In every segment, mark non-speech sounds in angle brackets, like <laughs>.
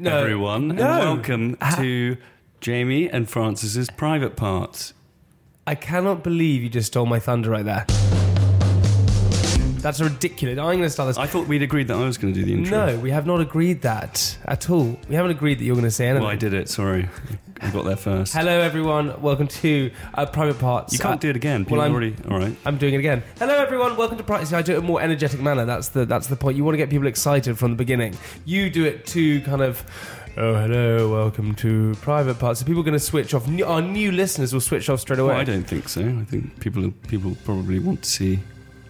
No. everyone, and No. welcome to Jamie and Francis's private parts. I cannot believe you just stole my thunder right there. That's ridiculous. I'm going to start this. I thought we'd agreed that I was going to do the intro. no, we have not agreed that at all. We haven't agreed that you're going to say anything. well, I did it. Sorry, I got there first. Hello, everyone. Welcome to uh, Private Parts. You can't Uh, do it again. People Well, I'm, already. All right. I'm doing it again. Hello, everyone. Welcome to Private. See, I do it in a more energetic manner. That's the that's the point. You want to get people excited from the beginning. You do it to kind of. Oh, hello. Welcome to Private Parts. So people are going to switch off. New- Our new listeners will switch off straight away. Well, I don't think so. I think people people probably want to see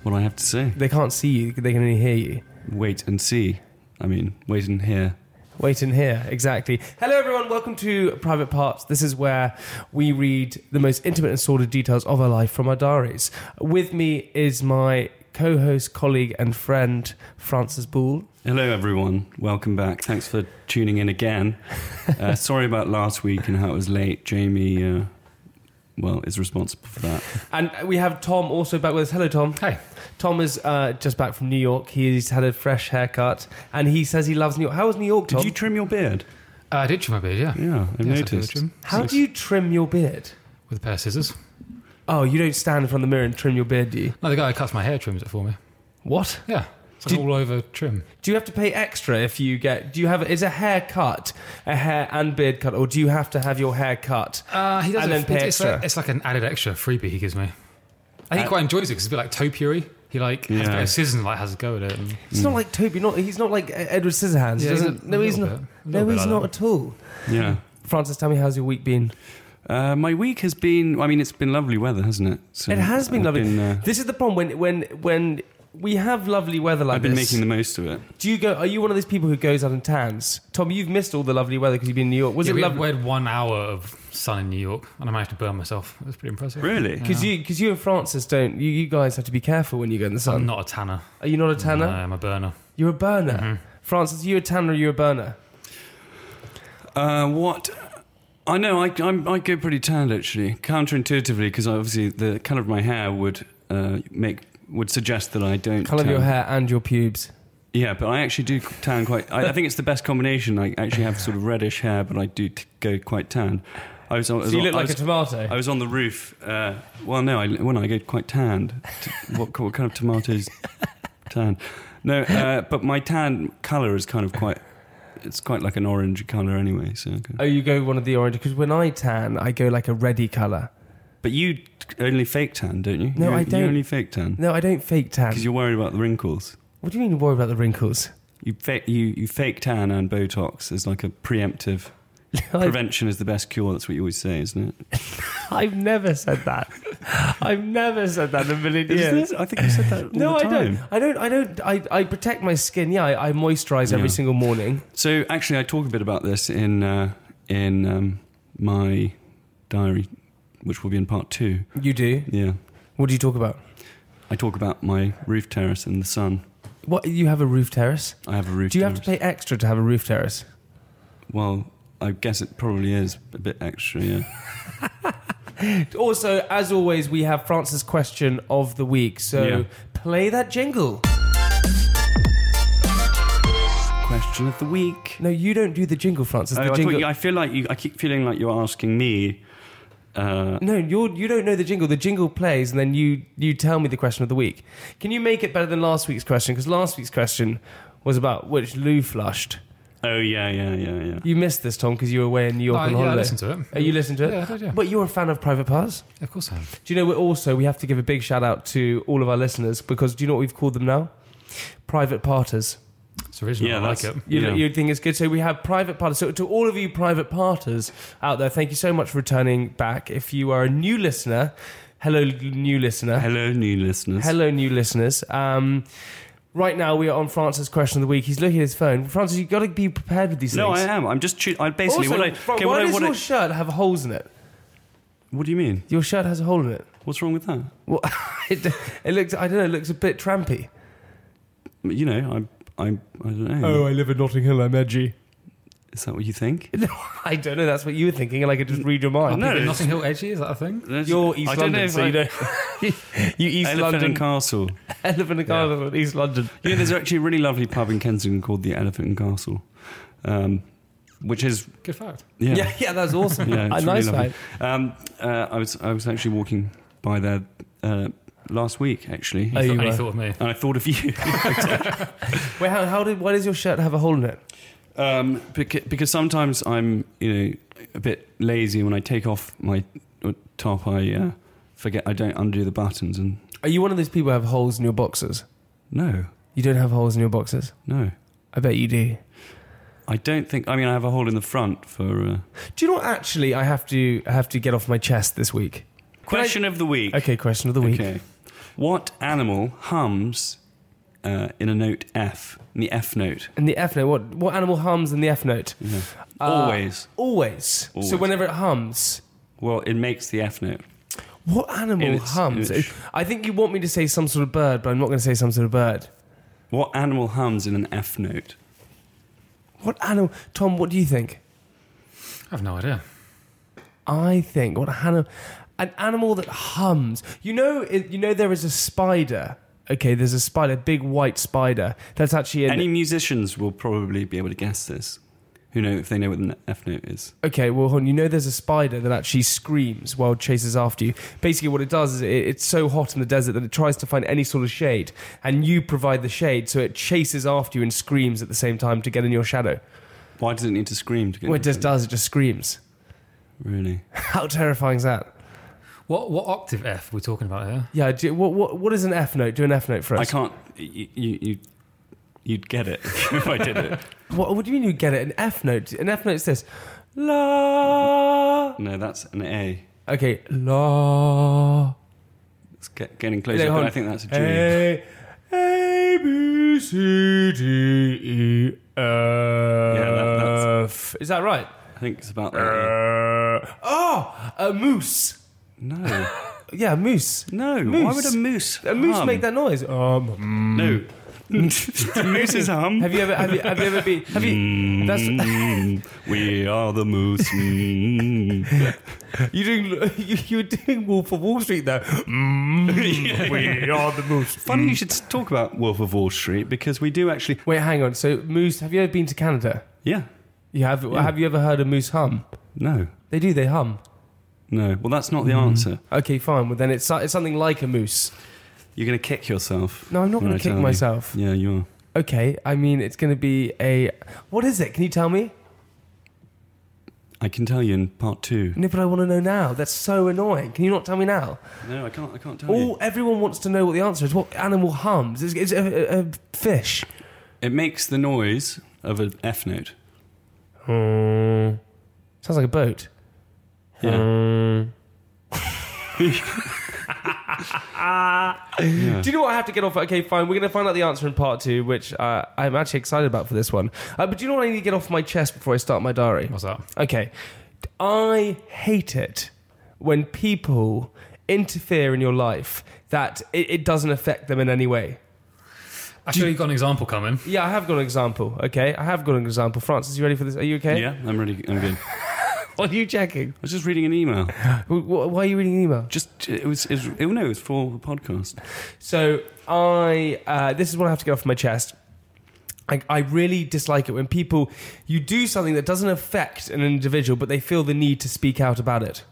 what I have to say. They can't see you. They can only hear you. Wait and see. I mean, wait and hear. Wait in here, exactly. Hello, everyone. Welcome to Private Parts. This is where we read the most intimate and sordid details of our life from our diaries. With me is my co-host, colleague, and friend Francis Bull. Hello, everyone. Welcome back. Thanks for tuning in <laughs> again. Uh, sorry about last week and how it was late. Jamie, uh, well, is responsible for that. And we have Tom also back with us. Hello, Tom. Hi. Tom is uh, just back from New York. He's had a fresh haircut, and he says he loves New York. How was New York, Tom? Did you trim your beard? Uh, I did trim my beard, yeah. Yeah, I've Yes, I did noticed. trim. How do you trim your beard? With a pair of scissors. Oh, you don't stand in front of the mirror and trim your beard, do you? No, the guy who cuts my hair trims it for me. What? Yeah. It's like Did- all over trim. Do you have to pay extra if you get? Do you have? Is a haircut a hair and beard cut, or do you have to have your hair cut? Uh, he doesn't. And then pay it's, it's like, extra. it's like an added extra freebie he gives me. I think he quite enjoys it because it's a bit like topiary. He like has a Yeah. pair of scissors and like has a go at it. And, It's not like Toby. Not he's not like E- Edward Scissorhands. Hmm. he Yeah, he's doesn't, a- no, a he's little not. bit. A little No, bit he's like not that. at all. Yeah. Francis, tell me how's your week been? Uh, my week has been. I mean, it's been lovely weather, hasn't it? Hmm. So it has been I've lovely. uh, this is the problem when when when we have lovely weather like I've been this. making the most of it. do you go? Are you one of those people who goes out and tans? Tom, you've missed all the lovely weather because you've been in New York. Was yeah, it we, had, lovely? we had one hour of sun in New York and I managed to burn myself. It was pretty impressive. Really? Because you, because you and Francis don't. You, you guys have to be careful when you go in the sun. I'm not a tanner. Are you not a tanner? No, Mm-hmm. I'm a burner. You're a burner. Francis, are you a tanner or are you a burner? Uh, what? I know. I I'm, I go pretty tanned actually, counterintuitively, because obviously the colour of my hair would uh, make would suggest that I don't Colour of your tan. hair and your pubes. Yeah, but I actually do tan quite. I, I think it's the best combination. I actually have sort of reddish hair, but I do t- go quite tan. I was. on- I was So you on- look I like was- a tomato. I was on the roof. Uh, well, no, I, well, no, I get quite tanned. T- what, what kind of tomatoes <laughs> tan? No, uh, but my tan colour is kind of quite. It's quite like an orange colour anyway. So, okay. oh, you go one of the orange because when I tan, I go like a reddy colour. but you only fake tan, don't you? No, you, I You don't. only fake tan No, I don't fake tan. because you're worried about the wrinkles. What do you mean worry about the wrinkles? <laughs> You fake you, you fake tan and Botox is like a preemptive. I've, Prevention is the best cure. That's what you always say, isn't it? I've never said that. I've never said that in a million Isn't years. it? I think you said <laughs> that. all No, the I time. don't. I don't. I don't. I, I protect my skin. Yeah, I, I moisturise every Yeah. single morning. So actually, I talk a bit about this in uh, in um, my diary, which will be in part two. You do. Yeah, What do you talk about? I talk about my roof terrace and the sun. What you have a roof terrace? I have a roof. Do you have terrace. to pay extra to have a roof terrace? Well, I guess it probably is a bit extra. Yeah. Also, as always, we have Francis' question of the week. So Yeah. play that jingle. Question of the week. No, you don't do the jingle, Francis. Oh, The I, jingle. Oh, thought you, I feel like you. I keep feeling like you're asking me. Uh, no, you're, you don't know the jingle. The jingle plays, and then you you tell me the question of the week. Can you make it better than last week's question? Because last week's question was about which Lou flushed. oh yeah, yeah, yeah, yeah. You missed this, Tom, because you were away in New York I- on yeah, I holiday. listened to it. Oh, you listened to it? Yeah, I did, yeah. But you're a fan of Private Parts. Of course I am. Do you know? We're also we have to give a big shout out to all of our listeners because do you know what we've called them now? Private Parters. It's original. Yeah, I like it. that's- You Yeah. you think it's good. So we have private partners. So to all of you private partners out there, thank you so much for returning back. If you are a new listener, hello new listener, Hello, new listeners. hello new listeners. Um, Right now, we are on Francis' question of the week. He's looking at his phone. Francis, you've got to be prepared with these No, I things. am. I'm just. Choo- I basically. Also, what I, Fran, okay, why what, I, does what, your I, shirt have holes in it? what do you mean? Your shirt has a hole in it. What's wrong with that? Well, <laughs> it, it looks, I don't know, it looks a bit trampy. You know, I. I. I don't know. Oh, I live in Notting Hill, I'm edgy. Is that what you think? <laughs> No, I don't know, that's what you were thinking, and I could just read your mind. Oh, No, Even it's- Notting Hill edgy is that a thing? You're East I don't know London, if so I- you don't. <laughs> you East Elephant London, and Castle. Elephant and Castle, and East London. You know, there's actually a really lovely pub in Kensington called the Elephant and Castle, um, which is Good fact. yeah, Yeah, yeah, that's <laughs> <laughs> awesome. yeah, a it's nice really one. lovely. Um, uh, I was I was actually walking by there uh, last week actually, Oh, Thought- you and he were. thought of me. and I thought of you <laughs> Wait, how, how did? Why does your shirt have a hole in it? um, because, because sometimes I'm you know a bit lazy when I take off my top, I uh, forget I don't undo the buttons, and Are you one of those people who have holes in your boxes? no, You don't have holes in your boxes. no. I bet you do. I don't think. I mean, I have a hole in the front for uh, Do you know what? Actually, I have to I have to get off my chest this week. question of the week. Okay, question of the week. Okay. What animal hums uh, in a note F, in the F note? And the F note. What what animal hums in the F note? Uh, Always. always. Always. So whenever it hums, Well, it makes the F note. what animal In its- hums? in its- I think you want me to say some sort of bird, but I'm not going to say some sort of bird. What animal hums in an F note? What animal? Tom, what do you think? I have no idea. I think what an, an animal that hums. You know, it, you know there is a spider. Okay, there's a spider, big white spider. That's actually an, Any musicians will probably be able to guess this. Who know if they know what an F note is? okay. Well, hold on. you know there's a spider that actually screams while it chases after you. Basically, what it does is it, it's so hot in the desert that it tries to find any sort of shade, and you provide the shade, so it chases after you and screams at the same time to get in your shadow. Why does it need to scream to get? Well, it just does. It just screams. <laughs> Really? How terrifying is that? What what octave F we're talking about here? Yeah. Do, what, what what is an F note? Do an F note for us. I can't. You, you, you, you'd get it <laughs> if I did it. What, what do you mean you get it? An F note. An F note's this. La. No, that's an A. Okay. La. It's get, getting closer. No, hold but I on. think that's a G. A. A, B, C, D, E, F. that- Is that right? I think it's about. That. Uh, oh, a moose. <laughs> No, Yeah, a moose. no. Why Moose. would a moose? A moose hum? make that noise. Um, No. <laughs> Moose's hum. have you ever? Have you, have you ever been? Have you? That's Mm, <laughs> we are the moose. Mm. <laughs> you doing. <laughs> You, you were doing Wolf of Wall Street <laughs> though. Mm, we are the moose. Funny you should talk about Wolf of Wall Street because we do actually. Wait, hang on. So, Moose, have you ever been to Canada? Yeah. You have. Have you ever heard a moose hum? No. They do. They hum. No. Well, that's not the Mm. answer. Okay, fine. Well, then it's, it's something like a moose. You're going to kick yourself. No, I'm not when going I to kick tell you. myself. Yeah, you Okay, I mean it's going to be a. What is it? Can you tell me? are. I can tell you in part two. No, but I want to know now. That's so annoying. Can you not tell me now? No, I can't. I can't tell All you. everyone wants to know what the answer is. What animal hums? Is, is it a, a- a fish? It makes the noise of an F note. Sounds like a boat. Hmm. Yeah. Do you know what I have to get off? Okay, fine. We're going to find out the answer in part two, which uh, I'm actually excited about for this one. Uh, but do you know what I need to get off my chest before I start my diary? What's that? Okay. I hate it when people interfere in your life that it, it doesn't affect them in any way. I sure you got an example coming. Yeah, I have got an example, okay? I have got an example. Francis, you ready for this? Are you okay? Yeah. I'm really. I'm good. What are you checking? I was just reading an email. Wh- wh- Why are you reading an email? Just it was. It was oh, no, it was for the podcast. So I, uh, this is what I have to get off my chest. I, I really dislike it when people, you do something that doesn't affect an individual, but they feel the need to speak out about it.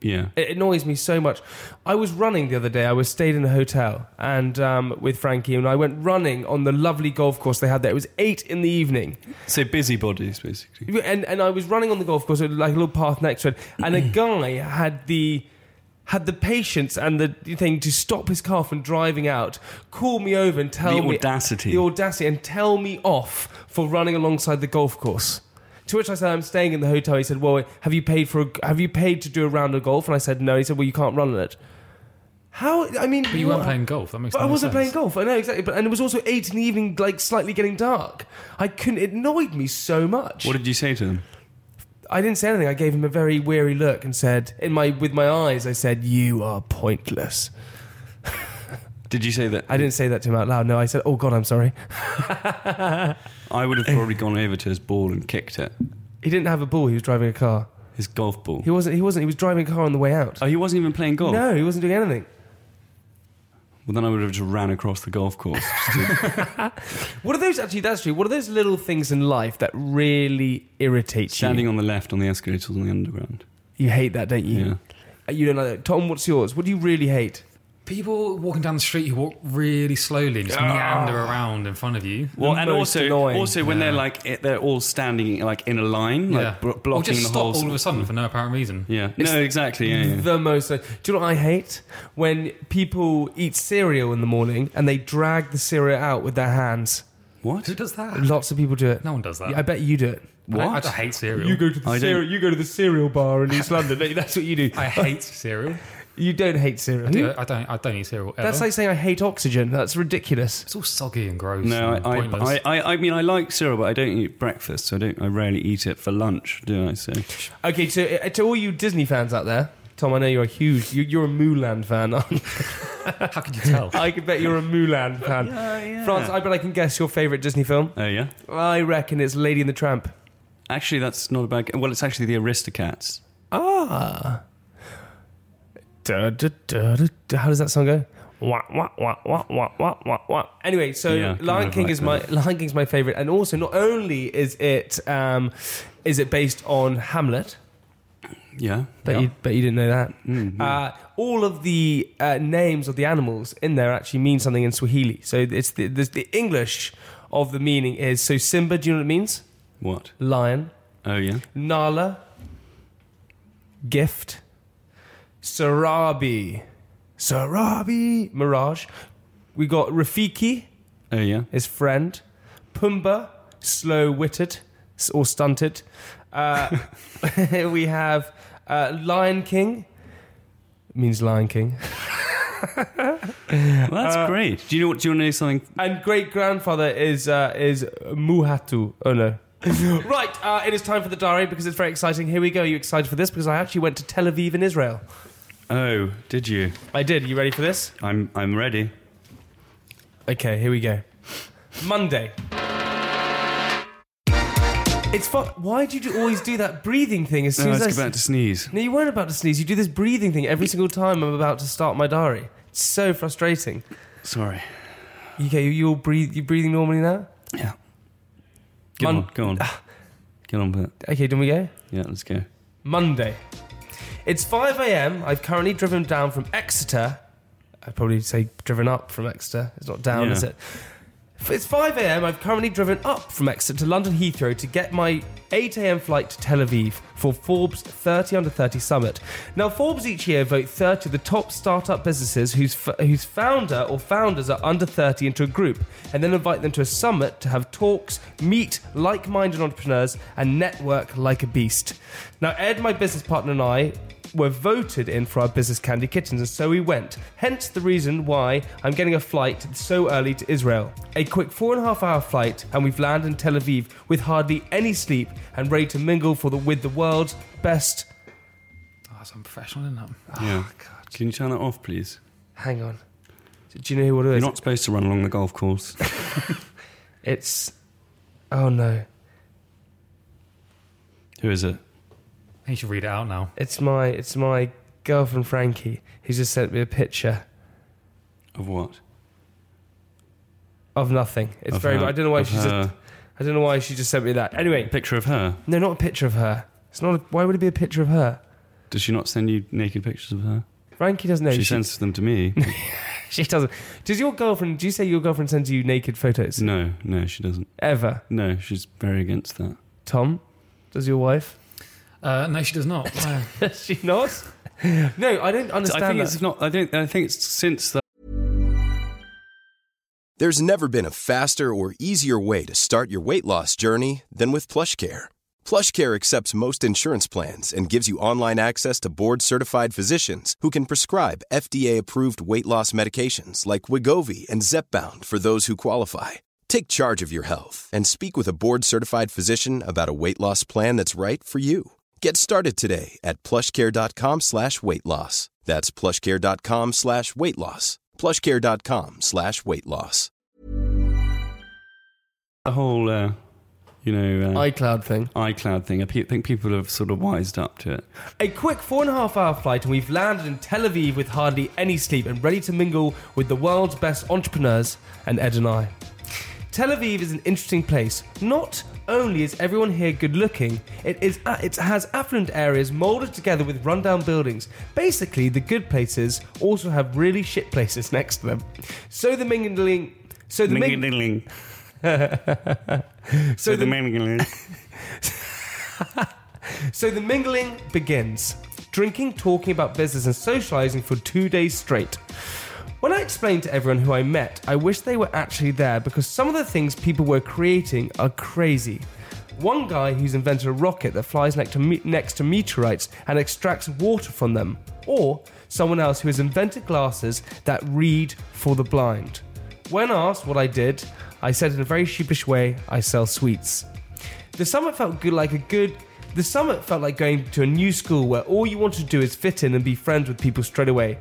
Yeah. It annoys me so much. I was running the other day. I was stayed in a hotel and um, with Frankie, and I went running on the lovely golf course they had there. It was eight in the evening, So busybodies, basically. and and I was running on the golf course, like a little path next to it, and <clears throat> a guy had the had the patience and the thing to stop his car from driving out, call me over and tell The me audacity. the audacity, and tell me off for running alongside the golf course. To which I said, "I'm staying in the hotel." He said, "Well, have you paid for a, have you paid to do a round of golf?" And I said, "No." He said, "Well, you can't run on it." How? I mean, But you weren't playing golf. That makes. But I no wasn't sense. playing golf. I know exactly. But and it was also eight in the evening, like slightly getting dark. I couldn't. It annoyed me so much. What did you say to them? I didn't say anything. I gave him a very weary look and said, in my with my eyes, I said, "You are pointless." Did you say that? I didn't say that to him out loud. No, I said, "Oh God, I'm sorry." I would have probably gone over to his ball and kicked it. He didn't have a ball. He was driving a car. His golf ball. He wasn't. He wasn't. He was driving a car on the way out. Oh, he wasn't even playing golf. No, he wasn't doing anything. Well, then I would have just ran across the golf course. What are those actually? That's true. What are those little things in life that really irritate standing you? on the left on the escalators on the underground. You hate that, don't you? Yeah. Uh, You don't like that. Tom, what's yours? What do you really hate? People walking down the street who walk really slowly and just meander around in front of you. Well, and most also, annoying. also when they're like it- they're all standing like in a line, like bro- blocking or just the stop whole. all of a sudden for no apparent reason. yeah. No, exactly. Yeah, <laughs> yeah. The most. Do you know what I hate? When people eat cereal in the morning and they drag the cereal out with their hands. What? Who does that? Lots of people do it. No one does that. Yeah, I bet you do it. I- What? I, hate cereal. You go I to the don't- cereal. You go to the cereal bar in East London. don't you? That's what you do. I hate cereal. <laughs> You don't hate cereal. I, do, I don't. I don't eat cereal ever. That's like saying I hate oxygen. That's ridiculous. it's all soggy and gross. No, and I, pointless. I, I, I mean, I like cereal, but I don't eat breakfast, so I don't. I rarely eat it for lunch, do I? So Okay, so uh, to all you Disney fans out there, Tom, I know you're a huge. you- You're a Mulan fan. <laughs> aren't you? How could you tell? <laughs> Oh, I can bet you're a Mulan fan. France, I bet I can guess your favourite Disney film. Oh yeah, I reckon it's Lady and the Tramp. actually, that's not a bad. Well, it's actually the Aristocats. Ah. Da, da, da, da, da. How does that song go? Wah, wah, wah, wah, wah, wah, wah, wah. Anyway, so Yeah, kind Lion of King like is my that. Lion King's my favorite, and also not only is it um, is it based on Hamlet, Yeah, Mm-hmm. Bet you, bet you didn't know that. Uh, all of the uh, names of the animals in there actually mean something in Swahili. So it's the, the, the English of the meaning is so Simba. Do you know what it means? What? Lion, Oh yeah. Nala, gift, Sarabi, Sarabi, Mirage. We got Rafiki, Oh yeah. his friend, Pumba, slow witted or stunted. Uh, <laughs> we have uh, Lion King, means Lion King, Well, that's great. Do you know what? Do you want to know something? and great grandfather is uh, is Muhatu. Oh no. right, uh, it is time for the diary because it's very exciting. Here we go. Are you excited for this? Because I actually went to Tel Aviv in Israel. Oh, did you? I did. You ready for this? I'm I'm ready. Okay, here we go. Monday. It's fun. Why do you always do that breathing thing as soon No, Oh, I as I was s- about to sneeze. No, you weren't about to sneeze. You do this breathing thing every single time I'm about to start my diary. It's so frustrating. Sorry. You Okay, you all breathe. You breathing normally now? Yeah. Get Mon- Ah. on. Go on. Get on with it. Okay, did we go? Yeah, let's go. Monday. It's 5 a.m. I've currently driven down from Exeter. I'd probably say driven up from Exeter. It's not down, Yeah. is it? F- It's 5 a.m. I've currently driven up from Exeter to London Heathrow to get my 8 a.m. flight to Tel Aviv for Forbes 30 Under 30 Summit. Now, Forbes each year vote 30 of the top startup businesses whose, f- whose founder or founders are under 30 into a group and then invite them to a summit to have talks, meet like minded entrepreneurs, and network like a beast. Now, Ed, my business partner, and I were voted in for our business candy kittens, and so we went. Hence the reason why I'm getting a flight so early to Israel. A quick four and a half hour flight, and we've landed in Tel Aviv with hardly any sleep and ready to mingle for the with the world's best. Oh, that's unprofessional, isn't it? Ah, Yeah. Can you turn that off, please? Hang on, do you know who it You're is? not supposed to run along the golf <laughs> course. it's oh no, Who is it? You should read it out now. it's my it's my girlfriend Frankie who just sent me a picture. Of what? Of nothing. It's Of very. her- I don't know why of she just. her- I don't know why she just sent me that. Anyway, picture of her. no, not a picture of her. It's not. A, why would it be a picture of her? Does she not send you naked pictures of her? Frankie doesn't know. she, She, sends them to me. <laughs> she doesn't. Does your girlfriend? Do you say your girlfriend sends you naked photos no, no, she doesn't. ever? No, she's very against that. Tom, does your wife? <laughs> Uh, no, she does not. No. Does she <laughs> not? no, I don't understand. I think that. it's not. I don't. I think it's since that. There's never been a faster or easier way to start your weight loss journey than with PlushCare. PlushCare accepts most insurance plans and gives you online access to board-certified physicians who can prescribe FDA-approved weight loss medications like Wigovi and Zepbound for those who qualify. Take charge of your health and speak with a board-certified physician about a weight loss plan that's right for you. Get started today at plushcare.com slash weight loss. That's plushcare.com slash weight loss. plushcare.com slash weight loss. The whole, uh, you know, uh, iCloud thing. iCloud thing. I pe- think people have sort of wised up to it. A quick four and a half hour flight, and we've landed in Tel Aviv with hardly any sleep and ready to mingle with the world's best entrepreneurs and Ed and I. Tel Aviv is an interesting place. Not only is everyone here good looking, it, is, uh, it has affluent areas molded together with rundown buildings. Basically, the good places also have really shit places <laughs> next to them. So the mingling. So the ming- Mingling. so <laughs> the mingling. So the mingling begins. Drinking, talking about business, and socializing for two days straight. When I explained to everyone who I met, I wish they were actually there because some of the things people were creating are crazy. One guy who's invented a rocket that flies next to, me- next to meteorites and extracts water from them, or someone else who has invented glasses that read for the blind. When asked what I did, I said in a very sheepish way, I sell sweets. The summit felt good, like a good. The summit felt like going to a new school where all you want to do is fit in and be friends with people straight away.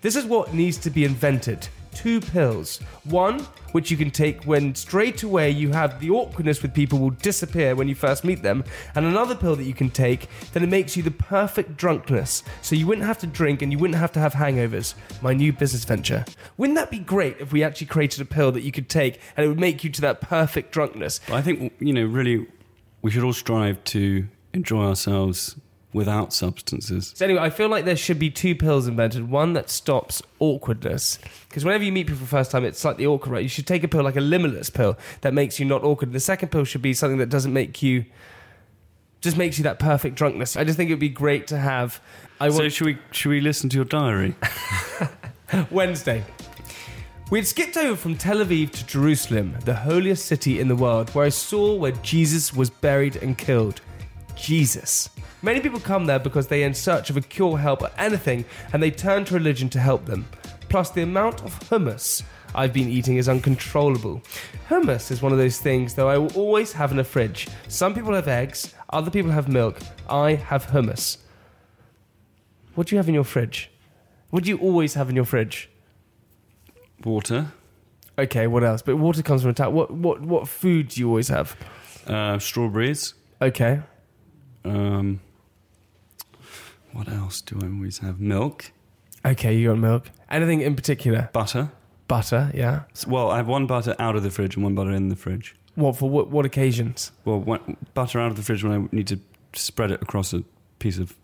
This is what needs to be invented. Two pills. One, which you can take when straight away you have the awkwardness with people will disappear when you first meet them, and another pill that you can take, then it makes you the perfect drunkness, so you wouldn't have to drink and you wouldn't have to have hangovers. My new business venture. Wouldn't that be great if we actually created a pill that you could take and it would make you to that perfect drunkness? I think you know, really, we should all strive to enjoy ourselves without substances. So anyway, I feel like there should be two pills invented. One that stops awkwardness, because whenever you meet people for the first time, it's slightly awkward, right? You should take a pill like a limitless pill that makes you not awkward. The second pill should be something that doesn't make you, just makes you that perfect drunkness. I just think it would be great to have. I So want should we should we listen to your diary? Wednesday. We'd skipped over from Tel Aviv to Jerusalem, the holiest city in the world, where I saw where Jesus was buried and killed. Jesus. Many people come there because they are in search of a cure, help, or anything, and they turn to religion to help them. Plus, the amount of hummus I've been eating is uncontrollable. Hummus is one of those things, though, I will always have in a fridge. Some people have eggs, other people have milk. I have hummus. What do you have in your fridge? What do you always have in your fridge? Water, Okay, what else? But water comes from a tap. What what what food do you always have? uh, strawberries. Okay, Um, what else do I always have? Milk, okay, you got milk. Anything in particular? butter. Butter, yeah. S- Well, I have one butter out of the fridge and one butter in the fridge. What for? What, what occasions? <laughs> Well, one, butter out of the fridge when I need to spread it across a piece of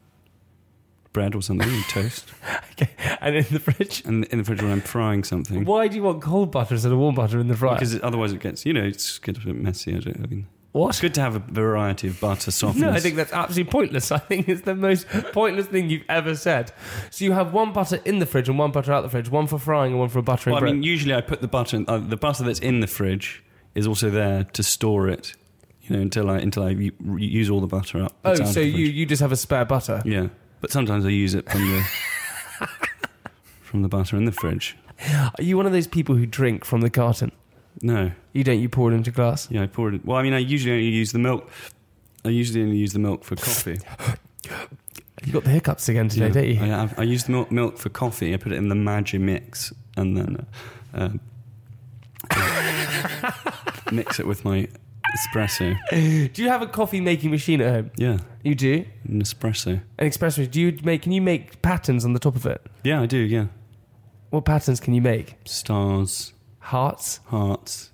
bread or something, and <laughs> toast. Okay, and in the fridge. And in the fridge when I'm frying something. Why do you want cold butter instead of warm butter in the fryer? Because it, otherwise it gets, you know, it's gets a bit messy. I, don't, I mean, what? it's good to have a variety of butter softness. No, I think that's absolutely pointless. <laughs> I think it's the most pointless thing you've ever said. So you have one butter in the fridge and one butter out the fridge, one for frying and one for buttering Well, I bread. mean, usually I put the butter, in, uh, the butter that's in the fridge is also there to store it, you know, until I until I u- re- use all the butter up. oh, that's out of so the you fridge. you just have a spare butter? yeah. But sometimes I use it from the <laughs> from the butter in the fridge. Are you one of those people who drink from the carton? No, You don't. You pour it into glass. yeah, I pour it. Well, I mean, I usually only use the milk. I usually only use the milk for coffee. You got the hiccups again today, Yeah. <laughs> don't you? I, I, I use the milk, milk for coffee. I put it in the Maggi mix and then uh, uh, <laughs> mix it with my espresso. Do you have a coffee making machine at home? Yeah, You do. an espresso. An espresso. Do you make? Can you make patterns on the top of it? Yeah, I do. Yeah, What patterns can you make? stars, Hearts. hearts,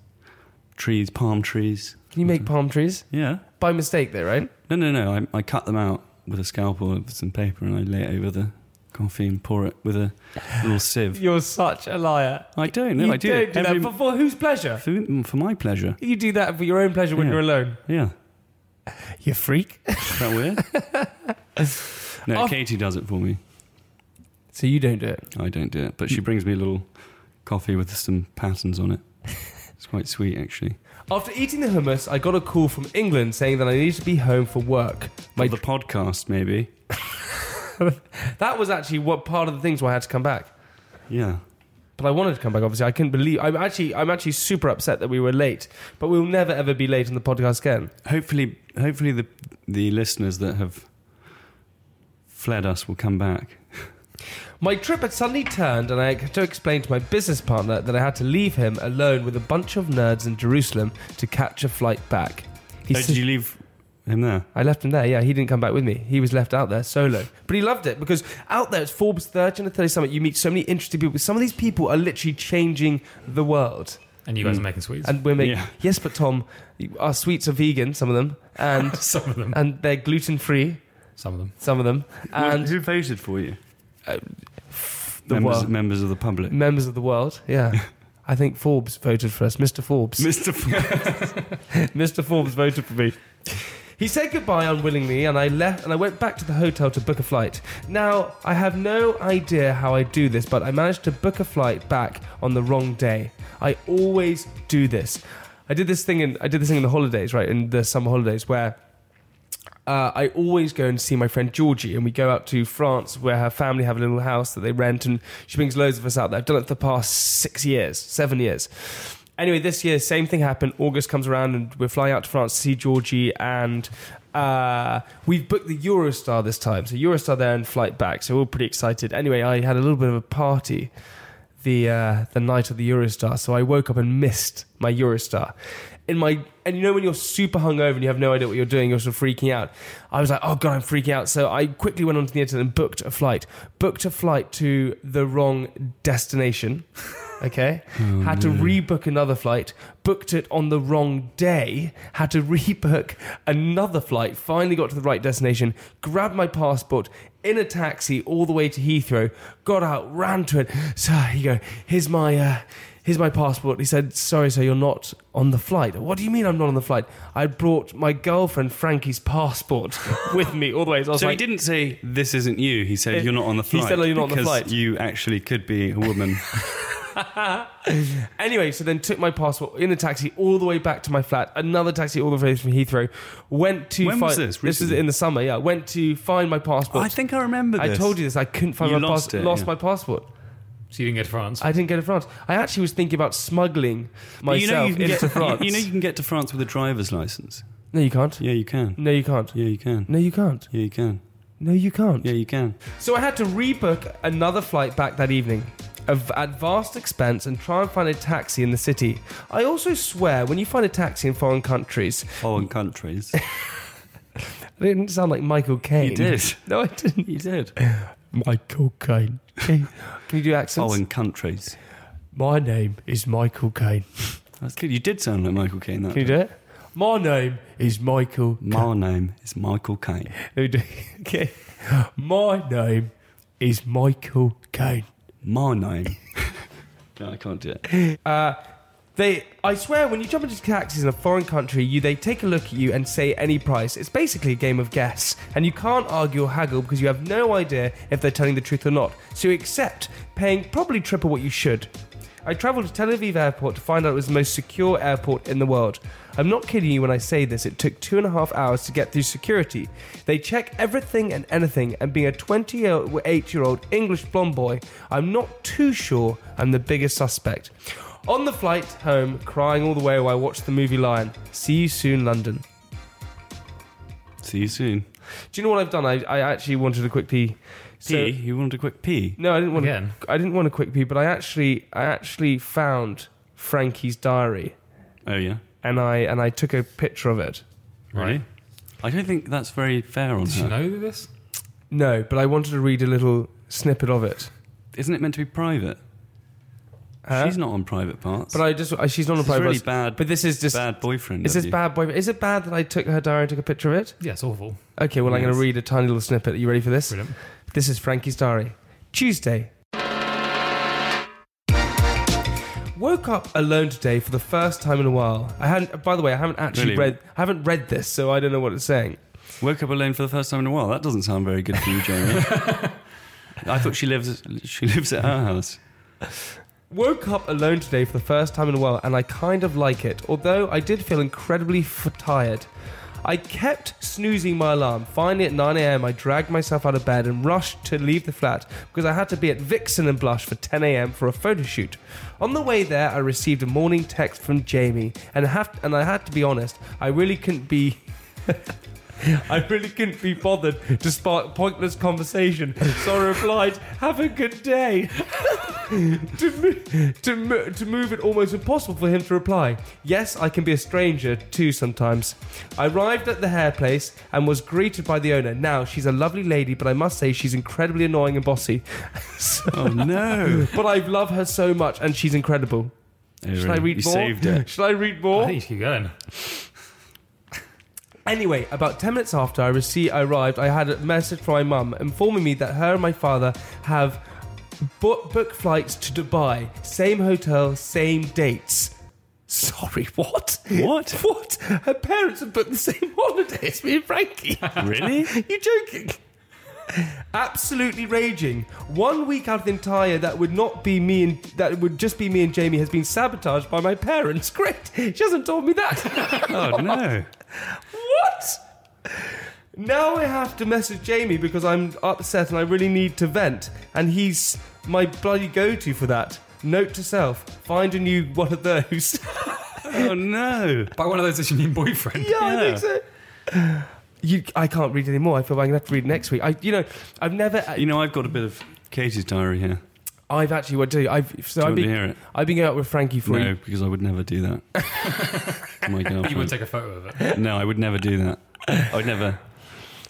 trees, palm trees. Can you make palm trees? Yeah. By mistake, though, right? No, no, no. I, I cut them out with a scalpel and some paper, and I lay it over the coffee and pour it with a little sieve. You're such a liar. I don't. No, you I do. not it do every- that. But for whose pleasure? for, mm, for my pleasure. You do that for your own pleasure when Yeah. you're alone. Yeah. You freak. Is that weird? <laughs> no, Oh. Katie does it for me. so you don't do it. I don't do it, but she brings me a little coffee with some patterns on it. It's quite sweet, actually. After eating the hummus, I got a call from England saying that I needed to be home for work. My, the podcast, maybe. that was actually what part of the things why I had to come back. Yeah. But I wanted to come back. Obviously, I couldn't believe. I'm actually, I'm actually super upset that we were late. But we'll never ever be late on the podcast again. Hopefully, hopefully the the listeners that have fled us will come back. My trip had suddenly turned, and I had to explain to my business partner that I had to leave him alone with a bunch of nerds in Jerusalem to catch a flight back. He Oh, said- did you leave him there? I left him there. Yeah, he didn't come back with me. He was left out there solo. But he loved it because out there it's Forbes 30 and 30 summit. You meet so many interesting people. Some of these people are literally changing the world. And you guys are making sweets. Hmm. And we're making Yeah. yes, but Tom, our sweets are vegan. Some of them and <laughs> some of them. and they're gluten free. Some of them. Some of them and Uh, who voted for you? the members, world. members of the public. <laughs> members of the world. Yeah, I think Forbes voted for us. Mr. Forbes. <laughs> Mr. F- Mr. Forbes voted for me. He said goodbye unwillingly, and I left and I went back to the hotel to book a flight. Now, I have no idea how I do this, but I managed to book a flight back on the wrong day. I always do this. I did this thing in I did this thing in the holidays, right? In the summer holidays where uh, I always go and see my friend Georgie, and we go out to France where her family have a little house that they rent, and she brings loads of us out there. I've done it for the past six years, seven years. Anyway, this year, same thing happened. August comes around, and we're flying out to France to see Georgie, and uh, we've booked the Eurostar this time. So, Eurostar there and flight back. So, we're all pretty excited. Anyway, I had a little bit of a party the uh, the night of the Eurostar. So I woke up and missed my Eurostar. In my and you know when you're super hungover and you have no idea what you're doing, you're sort of freaking out. I was like, oh god, I'm freaking out. So I quickly went onto the internet and booked a flight. Booked a flight to the wrong destination. <laughs> Okay, had to rebook another flight. Booked it on the wrong day. Had to <laughs> rebook another flight. Finally got to the right destination. Grabbed my passport in a taxi all the way to Heathrow, got out, ran to it. So he go, here's my uh, here's my passport. He said, sorry, sir, you're not on the flight. What do you mean I'm not on the flight? I brought my girlfriend Frankie's passport <laughs> with me all the way. So, I was so he like, didn't say this isn't you. Eh, He said you're not on the He flight. said, "Oh, you're not on the because flight." You actually could be a woman. Anyway, so then took my passport in a taxi all the way back to my flat. Another taxi all the way from Heathrow. Went to When find was this? this is Recently? in the summer. Yeah, went to find my passport. <laughs> I think I remember. I This. told you this. I couldn't find You my lost passport. it, Lost yeah. my passport. So you didn't go to France. I didn't go to France. I actually was thinking about smuggling myself into get, <laughs> France. You, know you can get to France with a driver's license. no, you can't. Yeah, you can. No, you can't. Yeah, you can. No, you can't. Yeah, you can. No, you can't. Yeah, you can. So I had to rebook another flight back that evening of, at vast expense and try and find a taxi in the city. I also swear when you find a taxi in foreign countries, Foreign countries. I didn't sound like Michael Caine. <laughs> You did. <laughs> No, I <laughs> didn't. You did. Michael Caine. Can you do accents? Foreign countries. My name is Michael Caine. That's good. You did sound like Michael Caine. That Can you day. do it? My name is Michael. My name is Michael Caine. Let me do it. <laughs> Okay. My name is Michael Caine. My <laughs> name. no, I can't do it. They, I swear, when you jump into taxis in a foreign country, you they take a look at you and say any price. It's basically a game of guess, and you can't argue or haggle because you have no idea if they're telling the truth or not. So you accept paying probably triple what you should. I travelled to Tel Aviv airport to find out it was the most secure airport in the world. I'm not kidding you when I say this, it took two and a half hours to get through security. They check everything and anything, and being a 28 year old English blonde boy, I'm not too sure I'm the biggest suspect. On the flight home, crying all the way while I watched the movie Lion. See you soon, London. See you soon. Do you know what I've done? I, I actually wanted to quick pee. P. So- you wanted a quick P. no, I didn't want Again? to. I didn't want to quick pee, but I actually I actually found Frankie's diary Oh yeah. and I and I took a picture of it. Really? I don't think that's very fair <laughs> on Did her. you know this? No, but I wanted to read a little snippet of it. Isn't it meant to be private? She's not on private parts. But I just I, she's not a This is private. really bus. bad- But this is just bad boyfriend. Is of this you. bad boy? Is it bad that I took her diary and took a picture of it? Yeah, it's awful. Okay, well I'm going Yes. to read a tiny little snippet. Are you ready for this? Brilliant. This is Frankie's diary. Tuesday. Woke up alone today for the first time in a while. I hadn't. By the way, I haven't actually Really? read. I haven't read this, so I don't know what it's saying. Woke up alone for the first time in a while. That doesn't sound very <laughs> good for you, Jamie. I thought she lives. She lives at her house. Woke up alone today for the first time in a while, and I kind of like it, although I did feel incredibly f- tired. I kept snoozing my alarm. Finally, at 9am, I dragged myself out of bed and rushed to leave the flat because I had to be at Vixen and Blush for 10am for a photo shoot. On the way there, I received a morning text from Jamie, and, have, and I had to be honest, I really couldn't be <laughs> I really couldn't be bothered to spark pointless conversation, so I replied, "Have a good day." to, mo- to, mo- to move it almost impossible for him to reply. Yes, I can be a stranger too sometimes. I arrived at the hair place and was greeted by the owner. Now she's a lovely lady, but I must say she's incredibly annoying and bossy. <laughs> So- Oh no! but I love her so much, and she's incredible. Should I read you more? saved it. <laughs> Should I read more? I think you should keep going. Anyway, about 10 minutes after I received, I arrived, I had a message from my mum informing me that her and my father have book, book flights to Dubai, same hotel, same dates. Sorry, what? What? <laughs> What? Her parents have booked the same <laughs> holiday as me and Frankie. Really? <laughs> you joking? Absolutely raging. One week out of the entire that would not be me and that would just be me and Jamie has been sabotaged by my parents. <laughs> Great. She hasn't told me that. <laughs> Oh no! What? Now I have to message Jamie because I'm upset and I really need to vent, and he's my bloody go to for that. Note to self find a new one of those. <laughs> Oh no! By one of those that you mean boyfriend. yeah, I think so. You, I can't read anymore. I feel I'm going to have to read next week. I, you know, I've never. uh, You know I've got a bit of Katie's diary here. I've actually. What do you? I've. Do So you I've want to been. hear it? I've been going out with Frankie for. No, because I would never do that. <laughs> my girlfriend. You would take a photo <laughs> of it. no, I would never do that. I would never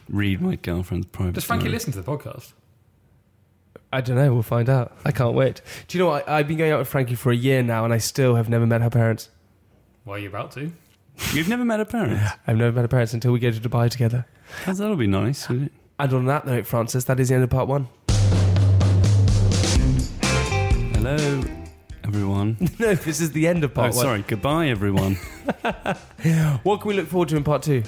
read my girlfriend's private. Does Frankie diary. listen to the podcast? I don't know. We'll find out. I can't wait. Do you know? What? I, I've been going out with Frankie for a year now, and I still have never met her parents. Well, you're about to. You've never met her parents. I've never met her parents until we go to Dubai together. That'll be nice, wouldn't it? And on that note, Francis, that is the end of part one. <laughs> Hello, <laughs> everyone. no, this is the end of Oh, part one. sorry. Goodbye, <laughs> everyone. What can we look forward to in part two?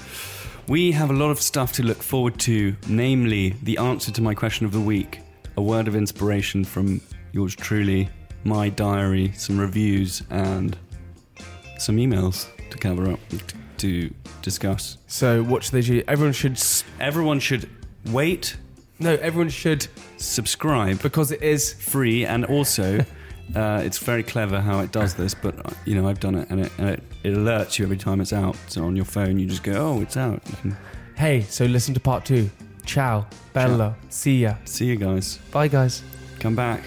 We have a lot of stuff to look forward to, namely the answer to my question of the week, a word of inspiration from yours truly, my diary, some reviews, and some emails to cover up, to discuss. So, what should they do? Everyone should. s- Everyone should wait, No, everyone should subscribe, because it is. free, and also. Uh, it's very clever how it does this, but uh, you know I've done it, and it, and it it alerts you every time it's out. So on your phone, you just go, "Oh, it's out." You can Hey, so listen to part two. Ciao, bella, see ya, see you guys. bye, guys. Come back.